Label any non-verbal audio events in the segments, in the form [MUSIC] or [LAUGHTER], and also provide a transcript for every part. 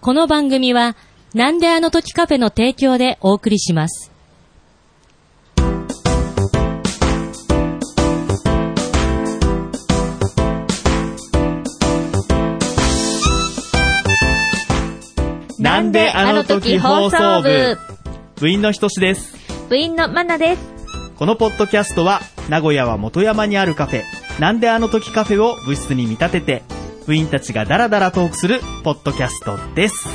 この番組は、なんであの時カフェの提供でお送りします。なんであの時放送部部員のひとしです。部員のマナです。このポッドキャストは、名古屋は元山にあるカフェ、なんであの時カフェを部室に見立てて、部員たちがダラダラトークするポッドキャストです。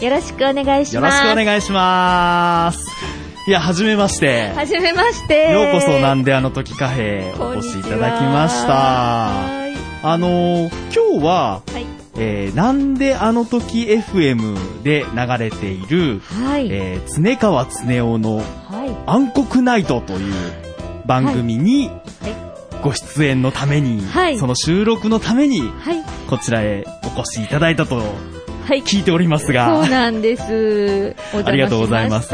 よろしくお願いしよろましす。くお願いします。いや、はじめまして。はじめまして。ようこそなんでであの時カフェお越しいただきました。あのー今日は、はい。えーなんであの時 FM で流れている、はい。えー、常川常夫のはい。暗黒ナイトという番組にご出演のために、はいその収録のためにはい。こちらへお越しいただいたとはい。聞いておりますがそうなんです。お邪魔しましたありがとうございます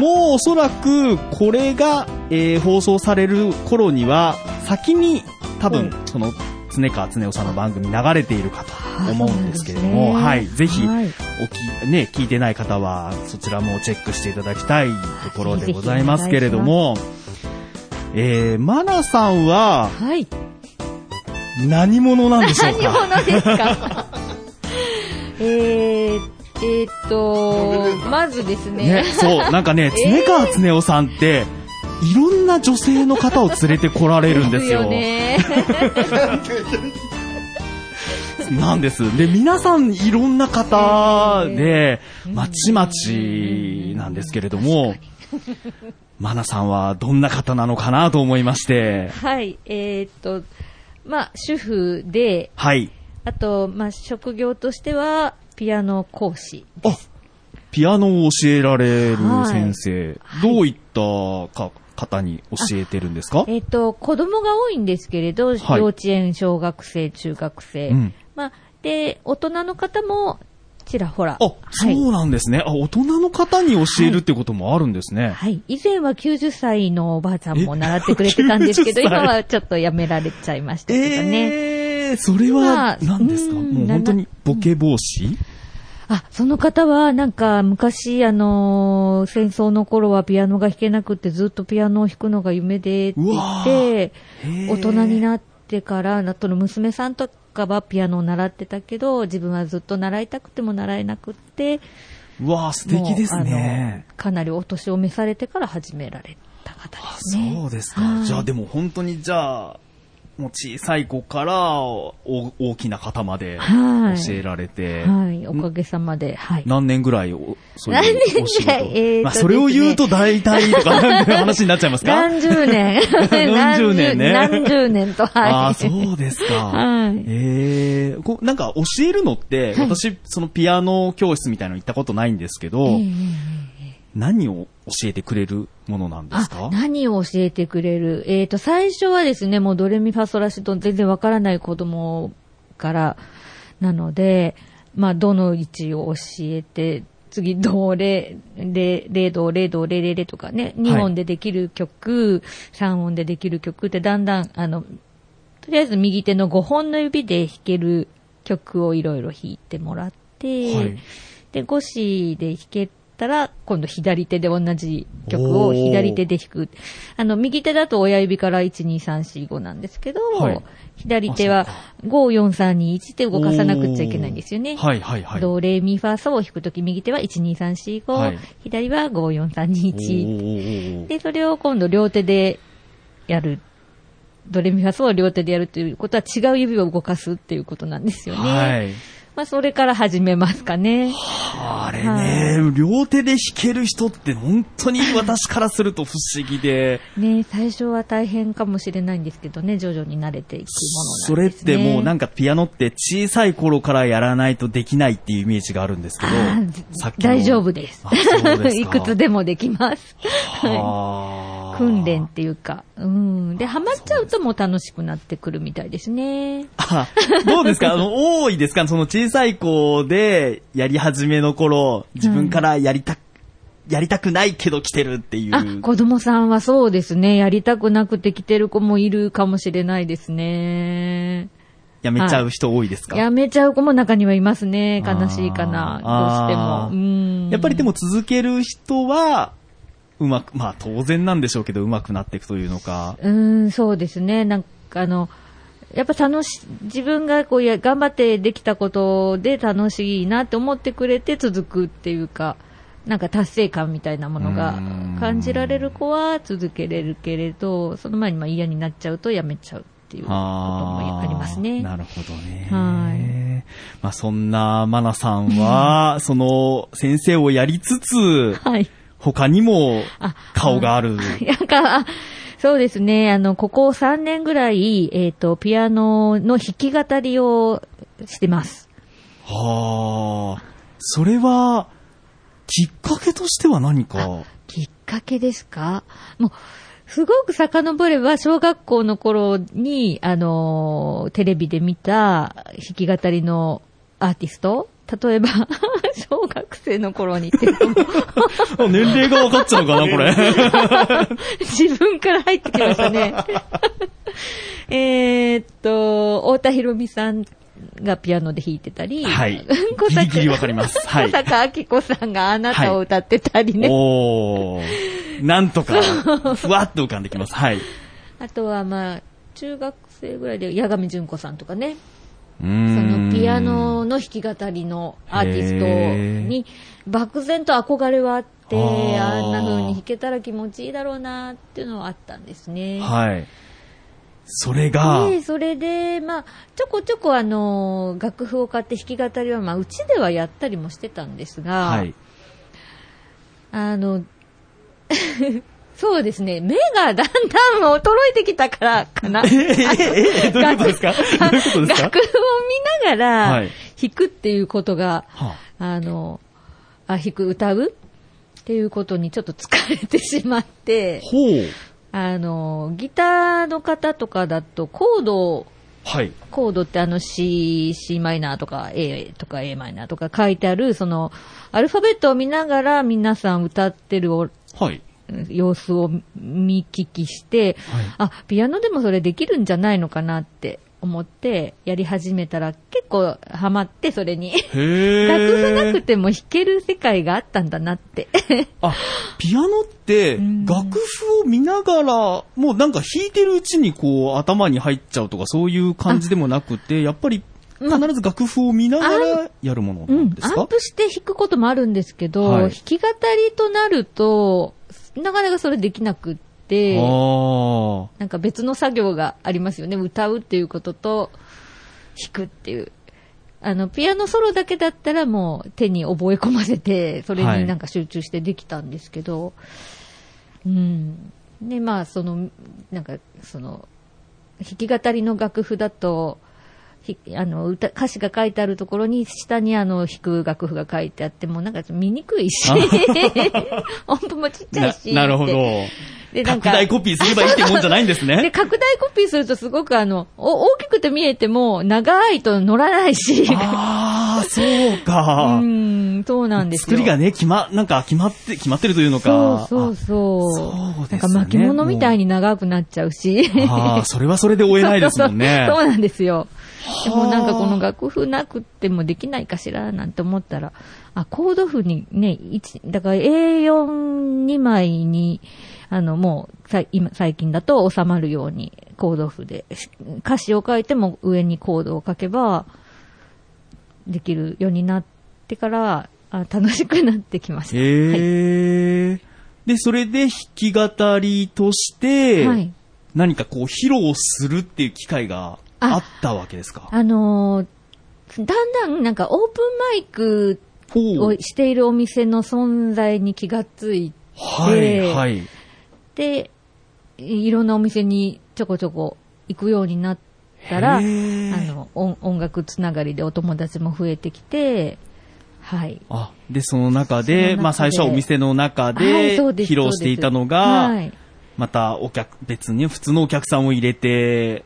ももうおそらくこれが、えー放送される頃には先に多分うその常川常夫さんの番組流れているかと思うんですけれども、あそうはなんい、ですねぜひはいおき、ね、聞いてない方はそちらもチェックしていただきたいところぜひでございますけれども、えー、マナさんははい。何者なんでしょう何 [LAUGHS] か者ですか [LAUGHS] えー、えーっと、まずですねね、、そう、なんかね、常川常夫さんって、いろんな女性の方を連れてこられるんですよ。ね。 [LAUGHS] なんです。で、皆さんいろんな方で、まちまちなんですけれども、マナさんはどんな方なのかなと思いまして、はい。えーっと、まあ、主婦で、はい。あと、まあ、職業としては、ピアノ講師。あ、ピアノを教えられるはい先生、どういったか方に教えてるんですかえっ、と、子供が多いんですけれど、はい幼稚園、小学生、中学生。うんまあ、で、大人の方も、ちらほら。あ、そうはい。なんですね。あ、大人の方に教えるってこともあるんですね。はい。以前は90歳のおばあちゃんも習ってくれてたんですけど、え90歳今はちょっとやめられちゃいましたけどね。えー、それは何ですかうんもう本当にボケ防止あ、その方は、なんか、昔、あのー戦争の頃はピアノが弾けなくて、ずっとピアノを弾くのが夢で、って言って、大人になってから、あとの娘さんとかはピアノを習ってたけど、自分はずっと習いたくても習えなくって、うわー、素敵ですねもう。あのかなりお年を召されてから始められた方であすね。そうですか。はいじゃあでも本当にじゃあ、もう小さい子からお大きな方まではい教えられて、はい、おかげさまで、はい。何年ぐらいおそう何年ぐらいいうお仕事、えーとまあ、それを言うと大体とかなん [LAUGHS] ていう話になっちゃいますか、何十年 [LAUGHS] 何十年ね何十年と、はい。ああ、そうですか。はいええこうなんか教えるのって、私、そのピアノ教室みたいなの行ったことないんですけど、ええ何を教えてくれるものなんですあか何を教えてくれるえっ、と、最初はですね、もうドレミファソラシド全然わからない子供からなので、まあ、どの位置を教えて、次、ドレ、レ、レド、レド、レレレとかね、2音でできる曲、3音でできる曲ってだんだん、あの、とりあえず右手の5本の指で弾ける曲をいろいろ弾いてもらって、はいで、五指で弾けたら、今度左手で同じ曲を左手で弾く。あの、右手だと親指から1、2、3、4、5なんですけど、はい左手はあそ5、4、3、2、1って動かさなくちゃいけないんですよね。はいはいはい。ドレミファソを弾くとき、右手は1、2、3、4、5、はい左は5、4、3、2、1。おーで、それを今度両手でやる。ドレミファソを両手でやるということは違う指を動かすっていうことなんですよね。はい。まあ、それから始めますかね。あれね、両手で弾ける人って本当に私からすると不思議で、ね最初は大変かもしれないんですけどね、徐々に慣れていくもそのなれんっですね。てもうなんんかピアノって小さい頃からやらないとできないっていうイメージがあるんですけど、さっきの大丈夫ですあそうで。す [LAUGHS] いかくつでもできます。はあ訓練っていうか。うん。で、ハマっちゃうともう楽しくなってくるみたいですね。あどうですかあの、多いですかその [LAUGHS] 小さい子でやり始めの頃、自分からやりたく、やりたくないけど来てるっていう。あ、子供さんはそうですね。やりたくなくて来てる子もいるかもしれないですね。やめちゃう人多いですか、やめちゃう子も中にはいますね。悲しいかあなどうしー。ても。うんやっぱりでも続ける人は、うまく、まあ当然なんでしょうけど、うまくなっていくというのか。うーん、そうですね。なんかあの、やっぱ楽し、自分がこうや、頑張ってできたことで楽しいなって思ってくれて続くっていうか、なんか達成感みたいなものうがーん感じられる子は続けれるけれど、その前にまあ嫌になっちゃうとやめちゃうっていうこともありますね。なるほどね。はまあそんなマナさんは、その先生をやりつつ、はい。 [LAUGHS] 他にもあ顔がある。なんか、あそうですね、あの、ここ3年ぐらい、えっ、と、ピアノの弾き語りをしてます。はあ。それは、きっかけとしては何か。きっかけですかもう、すごく遡れば、小学校の頃に、あのー、テレビで見た弾き語りのアーティスト例えば、 [LAUGHS] 小学生の頃にっていうのもあ年齢が分かっちゃうかな、これ。自分から入ってきましたね。 [LAUGHS] えーっと、太田博美さんがピアノで弾いてたり、はい。 [LAUGHS] 小ギ坂リギリ分かります。は [LAUGHS] 小。い坂明子さんがあなたを歌ってたりね。おー。なんとか、ふわっと浮かんできます。はい。あとはまあ、中学生ぐらいで、八神純子さんとかね。そそのピアノの弾き語りのアーティストに漠然と憧れはあって、へーあんな風に弾けたら気持ちいいだろうなっていうのはあったんですね。はい。それが、で、それで、まあ、ちょこちょこあの、楽譜を買って弾き語りは、まあ、うちではやったりもしてたんですが、はい。あの、 [LAUGHS] そうですね、目がだんだん衰えてきたからかな。 [LAUGHS] え、え、え、えどういうことですか [LAUGHS] どういうことですか楽譜を見ながはらい弾くっていうことが、はあの、あ、弾く、歌うっていうことにちょっと疲れてしまって、ほう。あの、ギターの方とかだとコード、はい。コードってあの C、C マイナーとか A とか A マイナーとか書いてある、その、アルファベットを見ながら皆さん歌ってるおはい。様子を見聞きして、はいあ、ピアノでもそれできるんじゃないのかなって思ってやり始めたら結構ハマってそれに。へー。楽譜なくても弾ける世界があったんだなって。あ、ピアノって、ん楽譜を見ながら、もうなんか弾いてるうちにこう頭に入っちゃうとかそういう感じでもなくて、やっぱりま必あず楽譜を見ながらやるも [LAUGHS] のうなんんで、アすッか、プして弾くこともあるんですけど、は弾いき語りとなると、なかなかそれできなくっあて、ーなんか別の作業がありますよね。歌うっていうことと、弾くっていう。あの、ピアノソロだけだったらもう手に覚え込ませて、それになんか集中してできたんですけど、うん。で、まあ、その、なんか、その、弾き語りの楽譜だと、ひあの歌歌詞が書いてあるところに下にあの弾く楽譜が書いてあってもうなんか見にくい [LAUGHS] し、音符もちっちゃいしななるほどって。で、なんか拡大コピーすればいいってもんじゃないんですで、 [LAUGHS] ね。拡大コピーするとすごくあの、お大きくて見えても、長いと乗らないし。ああ、そうか。 [LAUGHS] うん、そうなんです作よ。りがね、決ま、なんか決まって、決まってるというのそうか。そうそう。そうですなねんか巻物みたいに長くなっちゃうし。ああー、それはそれで追えないですもんね。 [LAUGHS] そうなんですよ。ではもあなんかこの楽譜なくてもできないかしらなんて思ったら、あ、コード譜にね、一だから A42 枚に、あのもうさい今最近だと収まるようにコード譜で、し歌詞を書いても上にコードを書けば、できるようになってから、あ楽しくなってきました。へえ、で、それで弾き語りとして、はい何かこう披露するっていう機会があったわけですかあのーだんだんなんかオープンマイクほをうしているお店の存在に気がついはい、ではい。て、いろんなお店にちょこちょこ行くようになったら、あへーの、音音楽つながりでお友達も増えてきて、はい。あ、で、そのその中で、中でまあ最初はお店の中はいでそうです披露していたのが、はいまたお客、別に普通のお客さんを入れて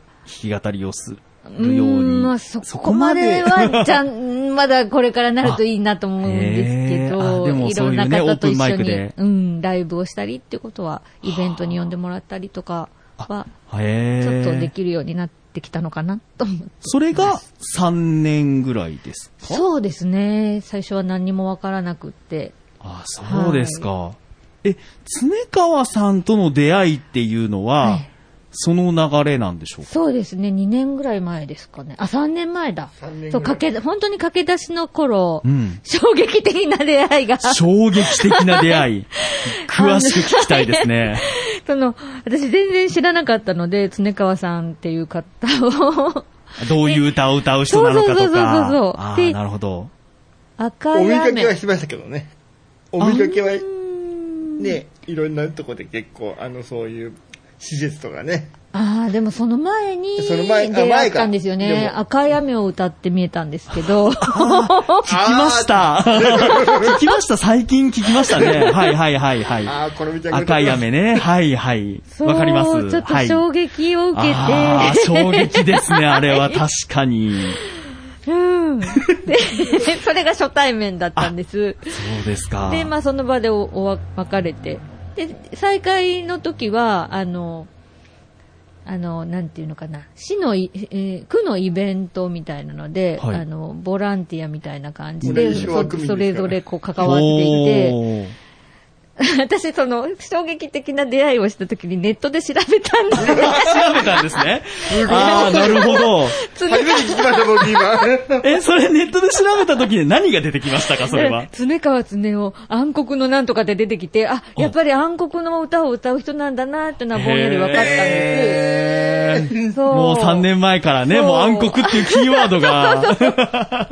弾き語りをするよううに。んまあ、そこまでは、じゃん、まだこれからなるといいなと思うんですけあへーあど、でもいろんなそういうね方と一オープンマ緒イクにでうん、ライブをしたりってことは、イベントに呼んでもらったりとか、は、 [LAUGHS] へえ。ちょっとできるようになってきたのかなと思って。それが3年ぐらいですかそうですね。最初は何にもわからなくって。あ、そうですか。え、常川さんとの出会いっていうのは、はいその流れなんでしょうかそうですね。2年ぐらい前ですかね。あ、3年前だ。 3年ぐらいそう、駆け、本当に駆け出しの頃、うん。衝撃的な出会いが。衝撃的な出会い。詳しく聞きたいですね。 [LAUGHS] その、私全然知らなかったので、常川さんっていう方を、どういう歌を歌う人なのかとか。そうそうそうそうそうあーでなるほど。赤 [LAUGHS] おい見か雨けは。しましたけどね。お見かけは、ね、いろんなとこで結構、あの、そういう施設とかね。ああ、でもその前に、その前あ出会ったんですよ前ねか。でも赤い雨を歌って見えたんですけ [LAUGHS] ど、聞きま [LAUGHS] した。聞きました。最近聞きましたね。はいはいはいはああ、これみたい。いな。赤い。雨ね。はいはい。そうわかります。ちょっはとい衝撃を受けて、あ [LAUGHS] ー衝撃ですね、あれは確かに。 [LAUGHS] うん。で、それが初対面だったんです。そうですか。で、まあその場でおおわ別れて。で、再会の時は、あの、あの、なんていうのかな、市のい、えー区のイベントみたいなので、はいあの、ボランティアみたいな感じ同で、じ小そ学民ですかそらねれぞれこう関わっていて、おー [LAUGHS] 私その衝撃的な出会いをした時にネットで調べたんです [LAUGHS] よ。調べたんですね。ああ、なるほど。初めて聞きました、僕今。 [LAUGHS] え、それネットで調べた時に何が出てきましたか、それは。常川常を暗黒のなんとかで出てきて、あ、やっぱり暗黒の歌を歌う人なんだなっていうのはぼんやり分かったんです。へーそうもう3年前からね、そうもう暗黒っていうキーワード [LAUGHS] が。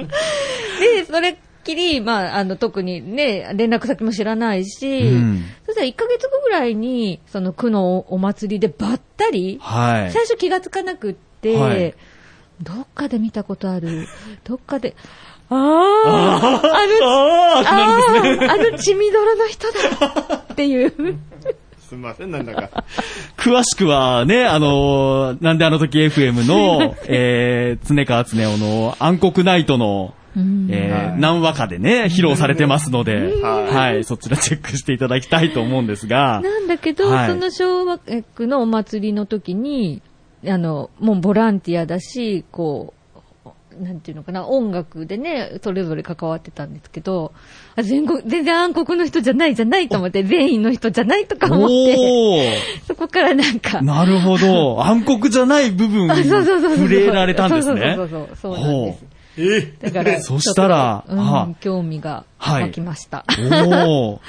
で、それっきり、まあ、あの、特にね、連絡先も知らないし、うんそしたら1ヶ月後ぐらいに、その区のお祭りでばったり、はい。最初気がつかなくって、はいどっかで見たことあ [LAUGHS] る、どっかで、あああの、ああ、ああ、あの血みどろの人だっていう。すみません、なんだか。詳しくはね、あのーなんであの時 FM の、えー、常川常雄の暗黒ナイトの、えー、何話かでね、披露されてますので、はいはい、そちらチェックしていただきたいと思うんですが、なんだけど、はいその小学区のお祭りの時に、あの、もうボランティアだし、こう、なんていうのかな、音楽でね、それぞれ関わってたんですけど、あ全国、全然暗黒の人じゃないじゃないと思って、全員の人じゃないとか思って、おー [LAUGHS] そこからなんか、なるほど。暗黒じゃない部分あにそうそうそうそう触れられたんですね。そうそうそうそうそうなんほでうす。えだから、そしたらちょっとうんはあ興味が湧きました。おー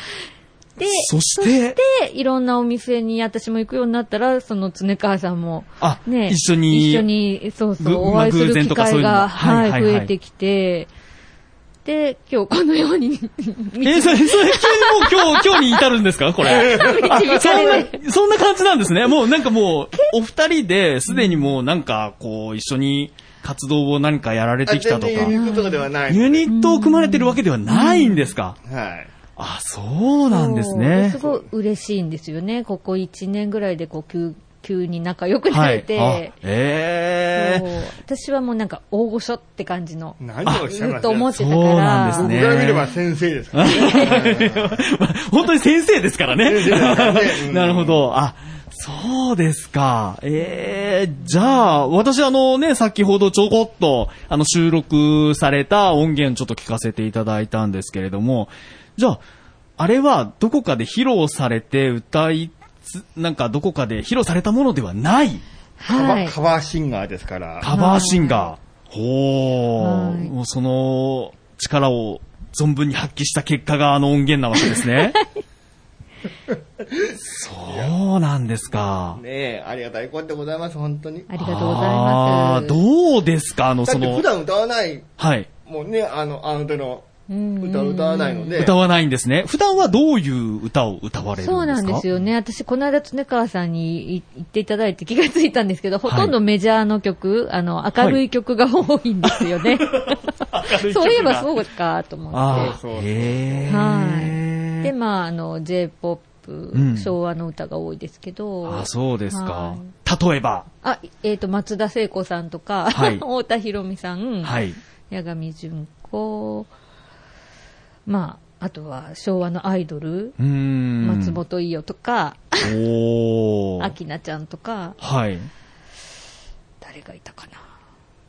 で、そして、で、いろんなお店に私も行くようになったら、その常川さんも、あ、ね、一緒に、一緒に、そうそう、ぐお会いする偶然機とか会が、そういうのははいい、はいはい増えてきて、で、今日このようにえーそれ、それ、急にもう今日、今日に至るんですかこ [LAUGHS] れ。あ導そかれて、んな、そんな感じなんですね。もうなんかもう、お二人で、すでにもうなんか、こう、一緒に活動を何かやられあてきたとか、全然ユニークとかではない。ユニットを組まれてるわけではないんですか。はい。あ、そうなんですそうねす。ごい嬉しいんですよね。ここ1年ぐらいで、こう、急、急に仲良くなれて、あえそうえ私はもうなんか大御所って感じの、何をおっしずゃいまっすと思ってたかそうなんでら、すね僕から見れば先生ですからね。まあ [LAUGHS] 本当に先生ですからね先生だ [LAUGHS] からねう。んなるほど。あ、そうですか。ええじゃあ、私あのね、先ほどちょこっと、あの、収録された音源ちょっと聞かせていただいたんですけれども、じゃあ、あれはどこかで披露されて歌いつ、なんかどこかで披露されたものではないカバはいー、。カバーシンガーですから。カバーシンガー。ほー、はいもうその力を存分に発揮した結果があの音源なわけですね。そうなんですか。ねえ、ありがたいことでございます、本当に。ありがとうございます。あーどうですかあの、だそっての普、段歌わない、はい。もうね、あの、あの手のうん歌を歌わないので。歌わないんですね。普段はどういう歌を歌われるんですかそうなんです。よね。私、この間、常川さんにい言っていただいて気がついたんですけど、ほとんどメジャーの曲、あの、明るい曲が多いんですよね。明るい曲が [LAUGHS] そういえばそうかと思っあそうそーうへて。はい。で、ー。まあ、あの、J-POP、ん昭和の歌が多いですけど。あ、そうですかはい。例えば、あ、えっ、と、松田聖子さんとか、はい [LAUGHS] 太田博美さん、はい。八神純子、まあ、あとは昭和のアイドル、うーん。松本伊代とか、おアー。キナちゃんとか、はい。誰がいたかな。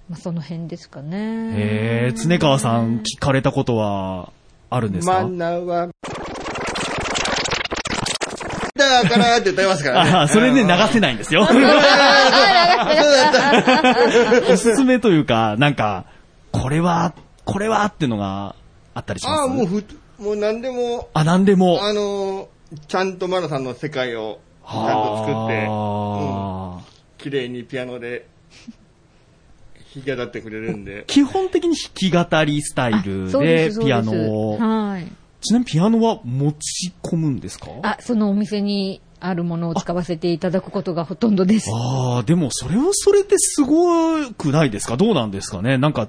まあ、その辺ですかね。えー、常川さ [LAUGHS] ん聞かれたことはあるんですマかナは、だからって歌いますからね。ああ、それね、流せないんですよ。 [LAUGHS] おすすめというか、なんか、これは、これはっていうのがあったりしますああ、もうふ、もう何でも、あ、なんでも。あのー、ちゃんとマナさんの世界を、ちゃんと作って、うんはあ綺麗にピアノで、弾き語ってくれるんで。基本的に弾き語りスタイルそうでですそうですピアノを。はい。ちなみにピアノは持ち込むんですかあ、そのお店にあるものを使わせていただくことがほとんどです。ああ、でもそれはそれってすごくないですかどうなんですかねなんか、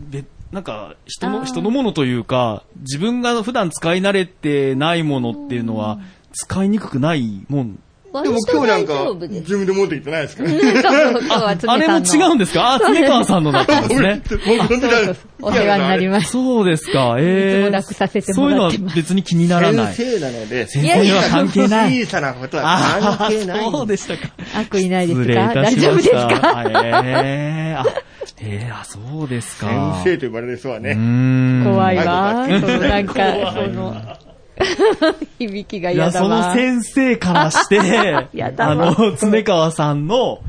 で、なんか人あの、ー人のものというか、自分が普段使い慣れてないものっていうのは、使いにくくないもん。でも割と今日なん大か丈夫、です。自分で持ってきてないですから。そうそう今日は常さあんれのも違うんですかあ、常川さんのだったんで [LAUGHS] すね。僕のそうそうそうお世話になり [LAUGHS] ました。そうですか。いつええも楽させてもらってますそういうのは別に気にならない。先生なので、先生には関係ない。小さなことはああ関係なー、いんで。そうでしたか。悪意ないです失礼いかた大し丈夫までしすたかえーあ、えーあ、そうですか。先生と呼ばれる人はうね、ーん怖いいわ。そうんのなんか、怖そいの、 [LAUGHS] [LAUGHS] 響きが嫌や、だそのわ。先生からして、 [LAUGHS] やだあわの、常川さんの、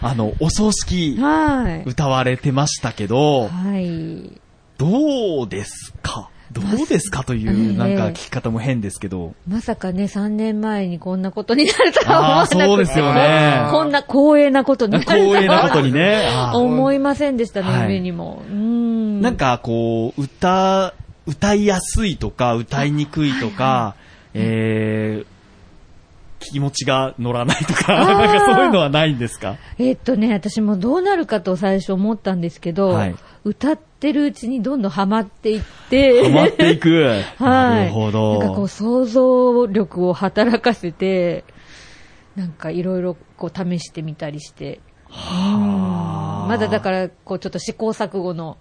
あの、お葬式、はい。歌われてましたけはど、い。どうですかどうですかといあのう、ねなんか聞き方も変ですけど。まさかね、3年前にこんなことになるとは思わあなあー、くて。そうですよね。こんな光栄なことになるとは光栄なことにね。 [LAUGHS] あー思いませんでしたね、はい夢にも。うーん。なんかこう、歌、歌いやすいとか、歌いにくいとか、えー、気持ちが乗らないとか、あーなんかそういうのはないんですかえっとね、私もどうなるかと最初思ったんですけど、はい歌ってるうちにどんどんハマっていって、ハマっていく。 [LAUGHS] はい。なるほなんかこうど。想像力を働かせて、なんかいろいろこう試してみたりして、はーまだだからこうちょっと試行錯誤の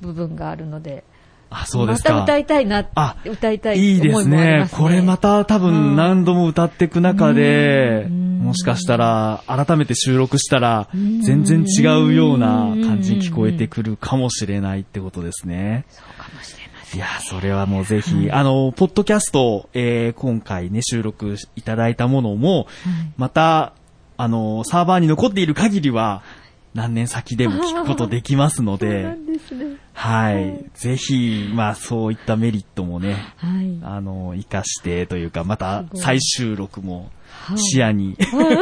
部分があるので、あ、そうですまか。た歌いたいな、あ歌いたいいいで思いすもありまねすね。。これまた多うん分何度も歌っていく中で、うんもしかしたら改めて収録したら全然違うような感じに聞こえてくるかもしれないってことですね。そうかもしれません。いや、それはもうぜひ、あの、ポッドキャスト、えー今回ね、収録いただいたものも、また、あの、サーバーに残っている限りは、何年先でも聞くことできますので、ですね。はい。ぜひ、まあ、そういったメリットもね、はい。あの、活かしてというか、またすごい再収録もい視野に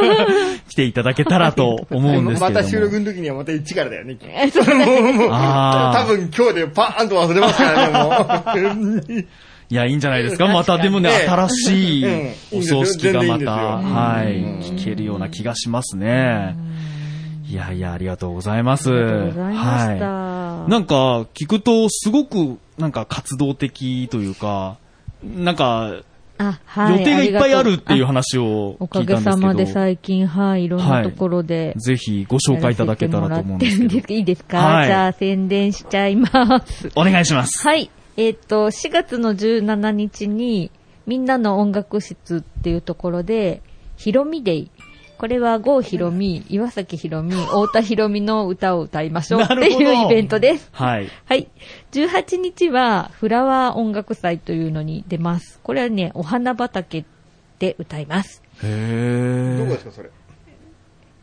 [LAUGHS] 来ていただけたらと思うんですけまれども。た収録の時にはまた一からだよね。 [LAUGHS] あー多分今日でパーンと忘れますからね、 [LAUGHS] もう。いや、いいんじゃないですか。またでもね、ね新しいうんお葬式がまた、は全然いいいん、ですよ聞けるような気がしますね。いやいや、ありがとうございます。ありがとうございました。はなんか、聞くと、すごく、なんか活動的というか、なんか、あ、は予定がいっぱいあるっていうあ話をお聞かいたげんでさすまでけど、最近、はい、いろんなところで。ぜひご紹介いただけたらと思うんですけやらせてもらってど、いいですか、はいじゃあ宣伝しちゃいます。お願いします。はい。えっ、と、4月の17日に、みんなの音楽室っていうところで、ひろみデイ。これは郷ひろみ、岩崎ひろみ、太田ひろみの歌を歌いましょうってなるほどいうイベントです。はい。はい。18日は、フラワー音楽祭というのに出ます。これはね、お花畑で歌います。へどこですか、それ。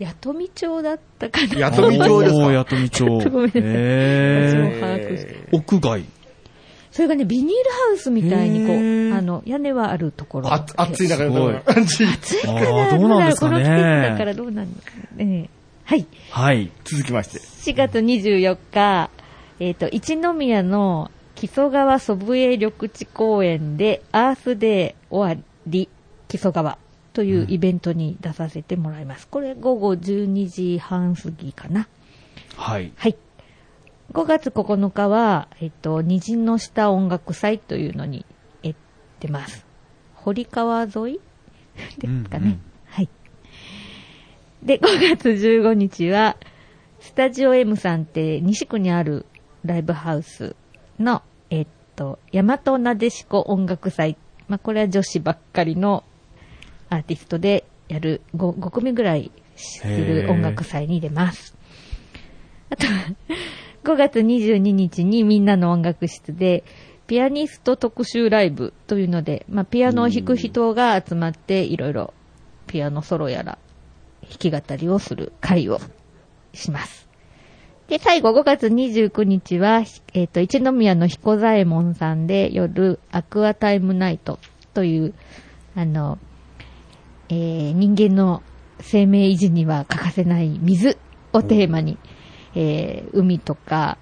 八富町だったかな八富町ですおーかやとみ町。ごめんなさい私もへ把握してー屋外。それがね、ビニールハウスみたいにこへう、ーあの、屋根はあるところ。あ暑い中で歌うのす感じ。あだからーどうなんですかこの季節だからね。どうなんですかね。はい。はい。続きまして。 4月24日、えっ、と、一宮の木曽川祖父江緑地公園で、アースデー終わり、木曽川というイベントに出させてもらいます。これ午後12時半過ぎかな。はい。はい。5月9日は、えっと、虹の下音楽祭というのに、え、出ます。堀川沿いですかね、うんうんはい。で、5月15日は、スタジオ M さんって西区にあるライブハウスの、えっと、大和なでしこ音楽祭。まあ、これは女子ばっかりの、アーティストでやる 5, 5組ぐらいする音楽祭に出ます。あとは、5月22日にみんなの音楽室で、ピアニスト特集ライブというので、まあ、ピアノを弾く人が集まって、いろいろピアノソロやら弾き語りをする会をします。で、最後5月29日は、えっ、と、一宮の彦左衛門さんで夜、アクアタイムナイトという、あの、えー人間の生命維持には欠かせない水をテーマに、えー海とか、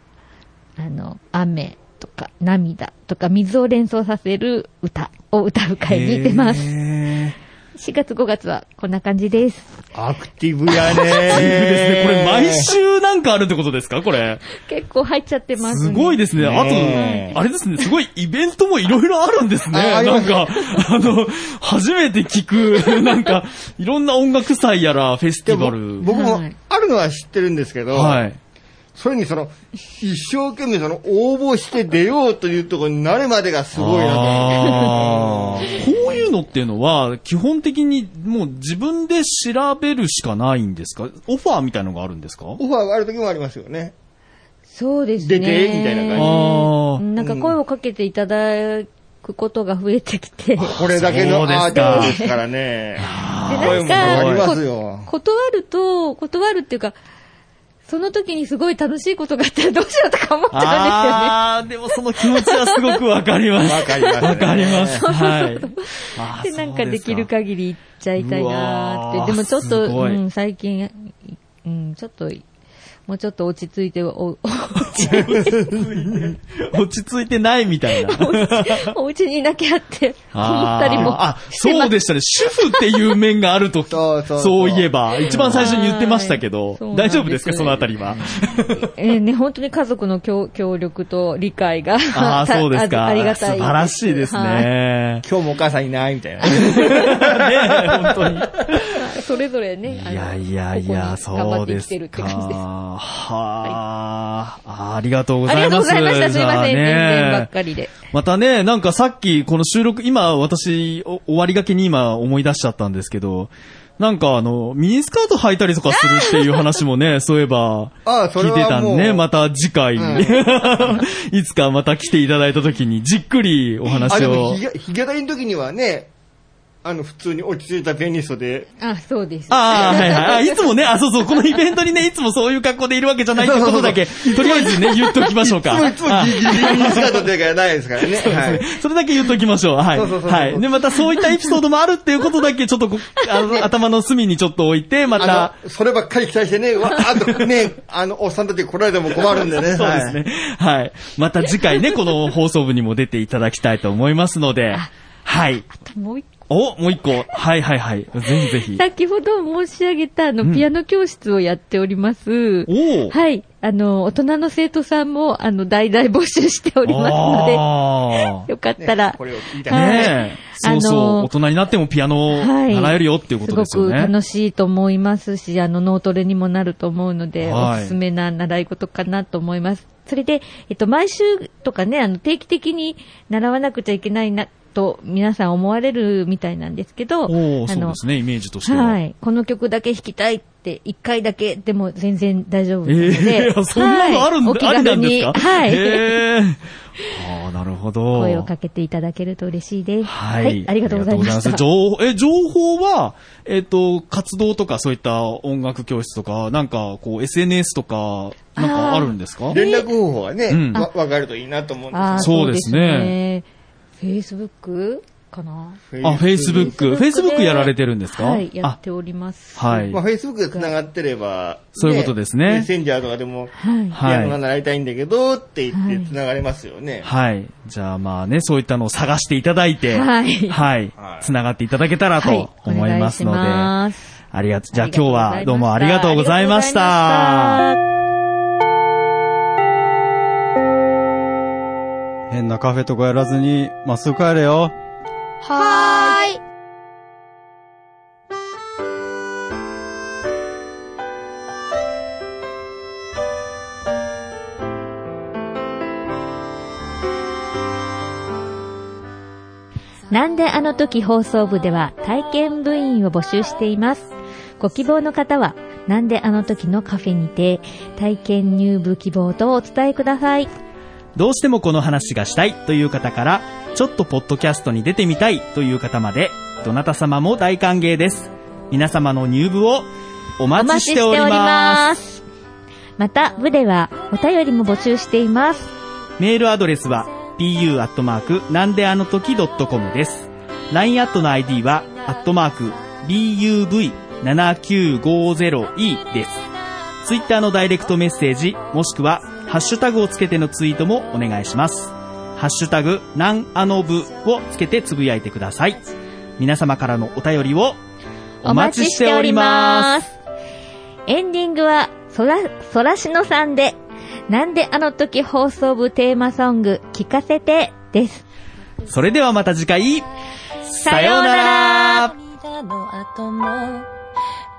あの、雨とか涙とか水を連想させる歌を歌う会に出ます。へ4月5月はこんな感じです。アクティブー。やねいいですね。これ毎週週なんかあるってことですかこれ。結構入っちゃってます、すね。ごいですね。あねえと、あれですね、すごいイベントもいろいろあるんですね。あありなまんすか、あの、初めて聞く、 [LAUGHS] なんか、いろんな音楽祭やら、フェステでィバもル。僕もはいあるのは知ってるんですけど、はい。それにその、一生懸命その応募して出ようというところになるまでがすごいなとあーこういうのっていうのは、基本的にもう自分で調べるしかないんですかオファーみたいのがあるんですかオファーがある時もありますよね。そうですね。出てみたいな感じあーなんか声をかけていただくことが増えてきて。これだけそのうですかアーティストですからね。声もなあんりかますよ。断ると、断るっていうか、その時にすごい楽しいことがあったらどうしようとか思っちゃああ、でもその気持ちはすごくわかります。わかりますねわかります。はい。あうん [LAUGHS] でーすよね。で、なんかできる。限り行っちゃいたいなーって。うわーでもちょっと、すごいうん、最近、うん、ちょっと、もうちょっと落ち着いて、お、お家 [LAUGHS] に、そうですか落ち着いてないみたいな。お家にいなきゃって思ったりもあーあ、してまそす。うでしたね。主婦っていう面があると、 [LAUGHS] そうそうそうそういえば、一番最初に言ってましたけはどいそう、なん大です丈夫ですかそのあたりは。えーね、本当に家族の協協力と理解がああ、た [LAUGHS] そうです [LAUGHS] か。あありがたい。素晴らしいですはいね。今日もお母さんいないみた [LAUGHS] いな。ね本当に。それぞれね、いやいやいあや、のここに頑そ張うってできてるすっか。て感じです。はあ、ありがとうごあざりいがとうごます。ざいました。すいません。じ全ゃあね然ばっかりで。またね、なんかさっきこの収録、今私お終わりがけに今思い出しちゃったんですけど、なんかあの、ミニスカート履いたりとかするっていう話も [LAUGHS] ね、そういえば、ああそ聞れいはてたんで、もうまた次回、 [LAUGHS] いつかまた来ていただいた時にじっくりおあ、話でもをひ。げ、ひげだりの時にはね、あの、普通に落ち着いたピアニストで、あ、そうです。ああ、はいはいあ。いつもね、あ、そうそう、このイベントにね、いつもそういう格好でいるわけじゃないってことだけ、とりあえずね、言っときましょうか。いつもいつもあギリギリにスカートというかないですからね。はい。 [LAUGHS] それだけ言っときましょう。はい。そうそうそうそうはい。で、またそういったエピソードもあるっていうことだけ、ちょっとこ [LAUGHS] あの頭の隅にちょっと置いて、またあ。の、そればっかり期待してね、わあとね、あの、おっさんたち来られても困るんでね。そうですね。はい。また次回ね、この放送部にも出ていただきたいと思いますので、はい。もう一お、もう一個。はいはいはい。ぜひぜひ。先ほど申し上げた、あの、ピアノ教室をやっております。おーはい。あの、大人の生徒さんも、あの、大々募集しておりますのあで、よかっねたらこ、れを聞いたーね。ねえ。はいそうあそう。の大人になってもピアノをはい習えるよっていうこすとごですよくね。楽しいと思いますし、あの、脳トレにもなると思うので、はいおすすめな習い事かなと思います。それで、えっと、毎週とかね、あの、定期的に習わなくちゃいけないな、と皆さん思われるみたいなんですけど、おおあそうので、すね、イメージとしては。はい。この曲だけ弾きたいって、一回だけでも全然大丈夫なのえで。えそんなのあるんはいお気だ、ありな軽んでに、すかはい。ええああ、なるほど。声をかけていただけると嬉しいです。はい、ありがとうございました。情報、え、情報は、えっ、と、活動とかそういった音楽教室とか、なんか、こう、SNS とか、なんかあるんですか連絡方法はね、うんわ、わかるといいなと思うんあーでそうですね。そうですね Facebook かなすよ。あ、Facebook Facebook。Facebook でやられてるんですかはい、やあっ、ております。はまあ、い。 Facebook で繋がってれば、そういうことですねメッセンジャーとかでも、はい。ピアノがはい。習いたいんだけど、って言っはいて繋がれますよね。はい。じゃあまあね、そういったのを探していただいて、はいはいは。いつながっていただけたらとお思い願ますので。しますありがとう。じゃあ今日はどうもありがとうございましありがとうございましたた。変なカフェとかやらずに、まっすぐ帰れよ。なんであの時放送部では体験部員を募集しています。ご希望の方は、なんであの時のカフェにて、体験入部希望とお伝えください。どうしてもこの話がしたいという方から、ちょっとポッドキャストに出てみたいという方まで、どなた様も大歓迎です。皆様の入部をおお待ち待ちししてておおりりま。ますす。また、部ではお便りも募集しています。メールアドレスは、pu アットマーク、なんであの時 .com です。LINE アットの ID は、アットマーク、buv7950e です。ツイッターのダイレクトメッセージ、もしくは、ハッシュタグをつけてのツイートもお願いします。ハッシュタグ、なんあの部をつけてつぶやいてください。皆様からのお便りを、お待ちしております。す。エンディングは、そら、そらしのさんで、なんであの時放送部テーマソング、聞かせて、です。それではまた次回、さようなら涙の後も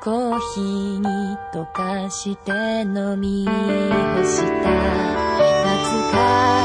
コーヒーに溶かして飲み干した懐か